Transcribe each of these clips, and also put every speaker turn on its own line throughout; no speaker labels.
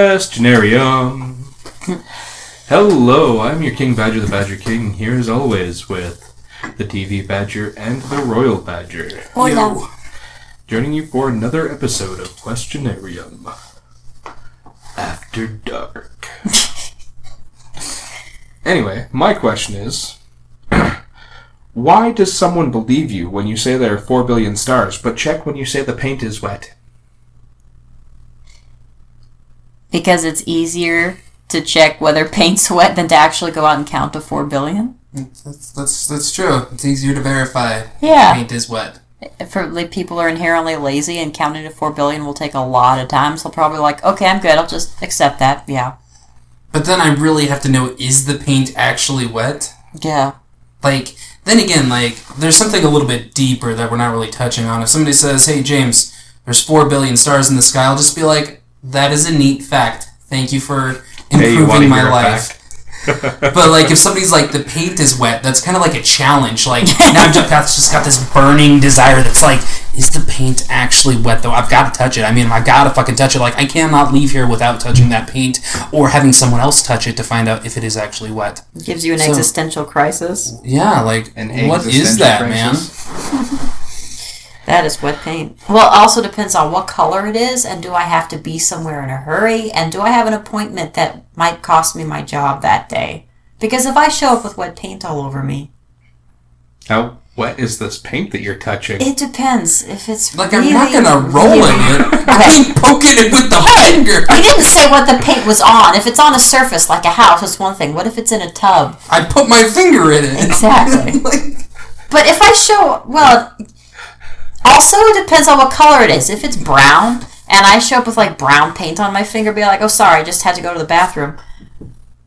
Questionarium. Hello, I'm your King Badger, the Badger King, here as always with the TV Badger and the Royal Badger,
Hola.
joining you for another episode of Questionarium After Dark. anyway, my question is why does someone believe you when you say there are 4 billion stars, but check when you say the paint is wet?
Because it's easier to check whether paint's wet than to actually go out and count to four billion.
That's, that's that's true. It's easier to verify.
Yeah.
Paint is wet.
For like, people who are inherently lazy and counting to four billion will take a lot of time, so probably like, okay, I'm good. I'll just accept that. Yeah.
But then I really have to know is the paint actually wet?
Yeah.
Like then again, like there's something a little bit deeper that we're not really touching on. If somebody says, "Hey James, there's four billion stars in the sky," I'll just be like, "That is a neat fact. Thank you for
Hey, you want
improving
to
my
hear a
life."
fact?
But like, if somebody's like, the paint is wet, that's kind of like a challenge. Like now, Jeff just got this burning desire that's like, is the paint actually wet though? I've got to touch it. I mean, I've got to fucking touch it. Like I cannot leave here without touching that paint or having someone else touch it to find out if it is actually wet.
Gives you an
So-
existential crisis.
Yeah, like
An
what is
existential
that,
crisis?
That is wet paint. Well, it also depends on what color it is, and do I have to be somewhere in a hurry, and do I have an appointment that might cost me my job that day? Because if I show up with wet paint all over me,
How wet is this paint that you're touching?
it depends if it's
man? Like
really,
I'm not gonna roll
really-
in it. I ain't poking it with the finger.
We didn't say what the paint was on. If it's on a surface like a house, it's one thing. What if it's in a tub?
I put my finger in it.
Exactly.
like,
But if I show, well, also it depends on what color it is. If it's brown and I show up with like brown paint on my finger, be like, oh, sorry, I just had to go to the bathroom.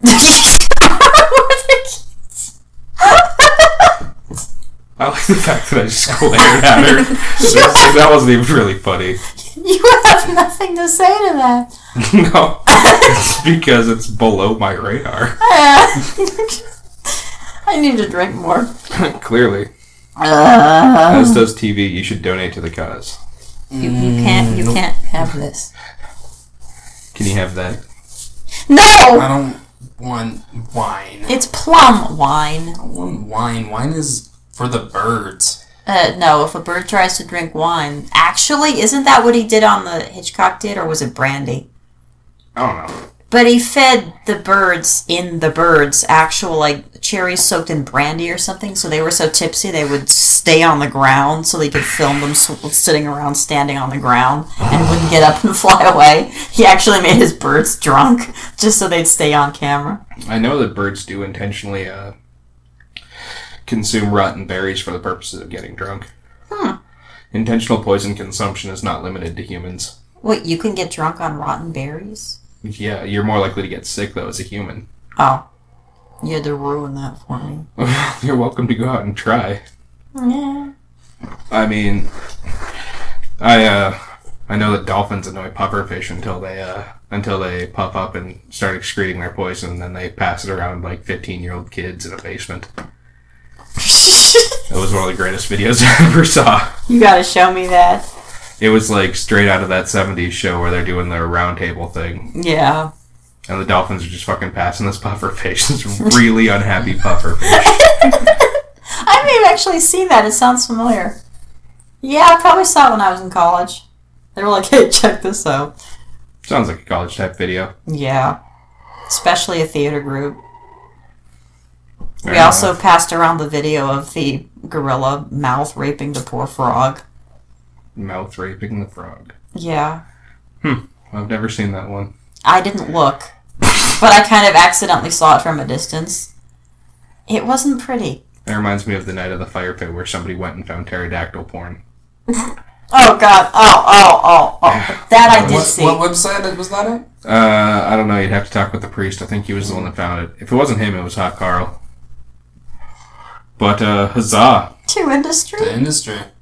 I like the fact that I just glared at her. Seriously, that wasn't even really funny.
you have nothing to say to that.
No, it's because it's below my radar.
I need to drink more.
Clearly,
Uh,
as does TV. You should donate to the cause.
you, you can't. You can't have this.
Can you have that?
No,
I don't want wine.
it's plum wine.
I want wine. Wine is for the birds.
Uh, no, if a bird tries to drink wine, actually, isn't that what he did on the Hitchcock did, or was it brandy?
I don't know.
But he fed the birds in the birds actual like cherries soaked in brandy or something, so they were so tipsy they would stay on the ground so they could film them s sitting around standing on the ground and wouldn't get up and fly away. He actually made his birds drunk just so they'd stay on camera.
I know that birds do intentionally uh, consume rotten berries for the purposes of getting drunk. Intentional poison consumption is not limited to humans.
Wait, you can get drunk on rotten berries?
Yeah, you're more likely to get sick though as a human.
Oh, you had to ruin that for me.
You're welcome to go out and try.
Yeah.
I mean, I uh, I know that dolphins annoy pufferfish until they uh, until they puff up and start excreting their poison, and then they pass it around like fifteen year old kids in a basement. That was one of the greatest videos I ever saw.
you gotta show me that.
It was like straight out of that '70s show where they're doing their round table thing,
Yeah.
and the dolphins are just fucking passing this pufferfish, this really unhappy pufferfish.
I may have actually seen that. It sounds familiar. Yeah, I probably saw it when I was in college. They were like, hey, check this out.
Sounds like a college type video.
Yeah. Especially a theater group.
Fair
we
enough.
also passed around the video of the gorilla mouth raping the poor frog.
mouth raping the frog.
Yeah.
I've never seen that one.
I didn't look, but I kind of accidentally saw it from a distance. It wasn't pretty.
That reminds me of the night of the fire pit where somebody went and found pterodactyl porn.
Oh, God. Oh, oh, oh, oh. That I did
What,
see.
what website was that at?
Uh, I don't know. You'd have to talk with the priest. I think he was the one that found it. If it wasn't him, it was Hot Carl. But uh, huzzah!
To industry?
The industry.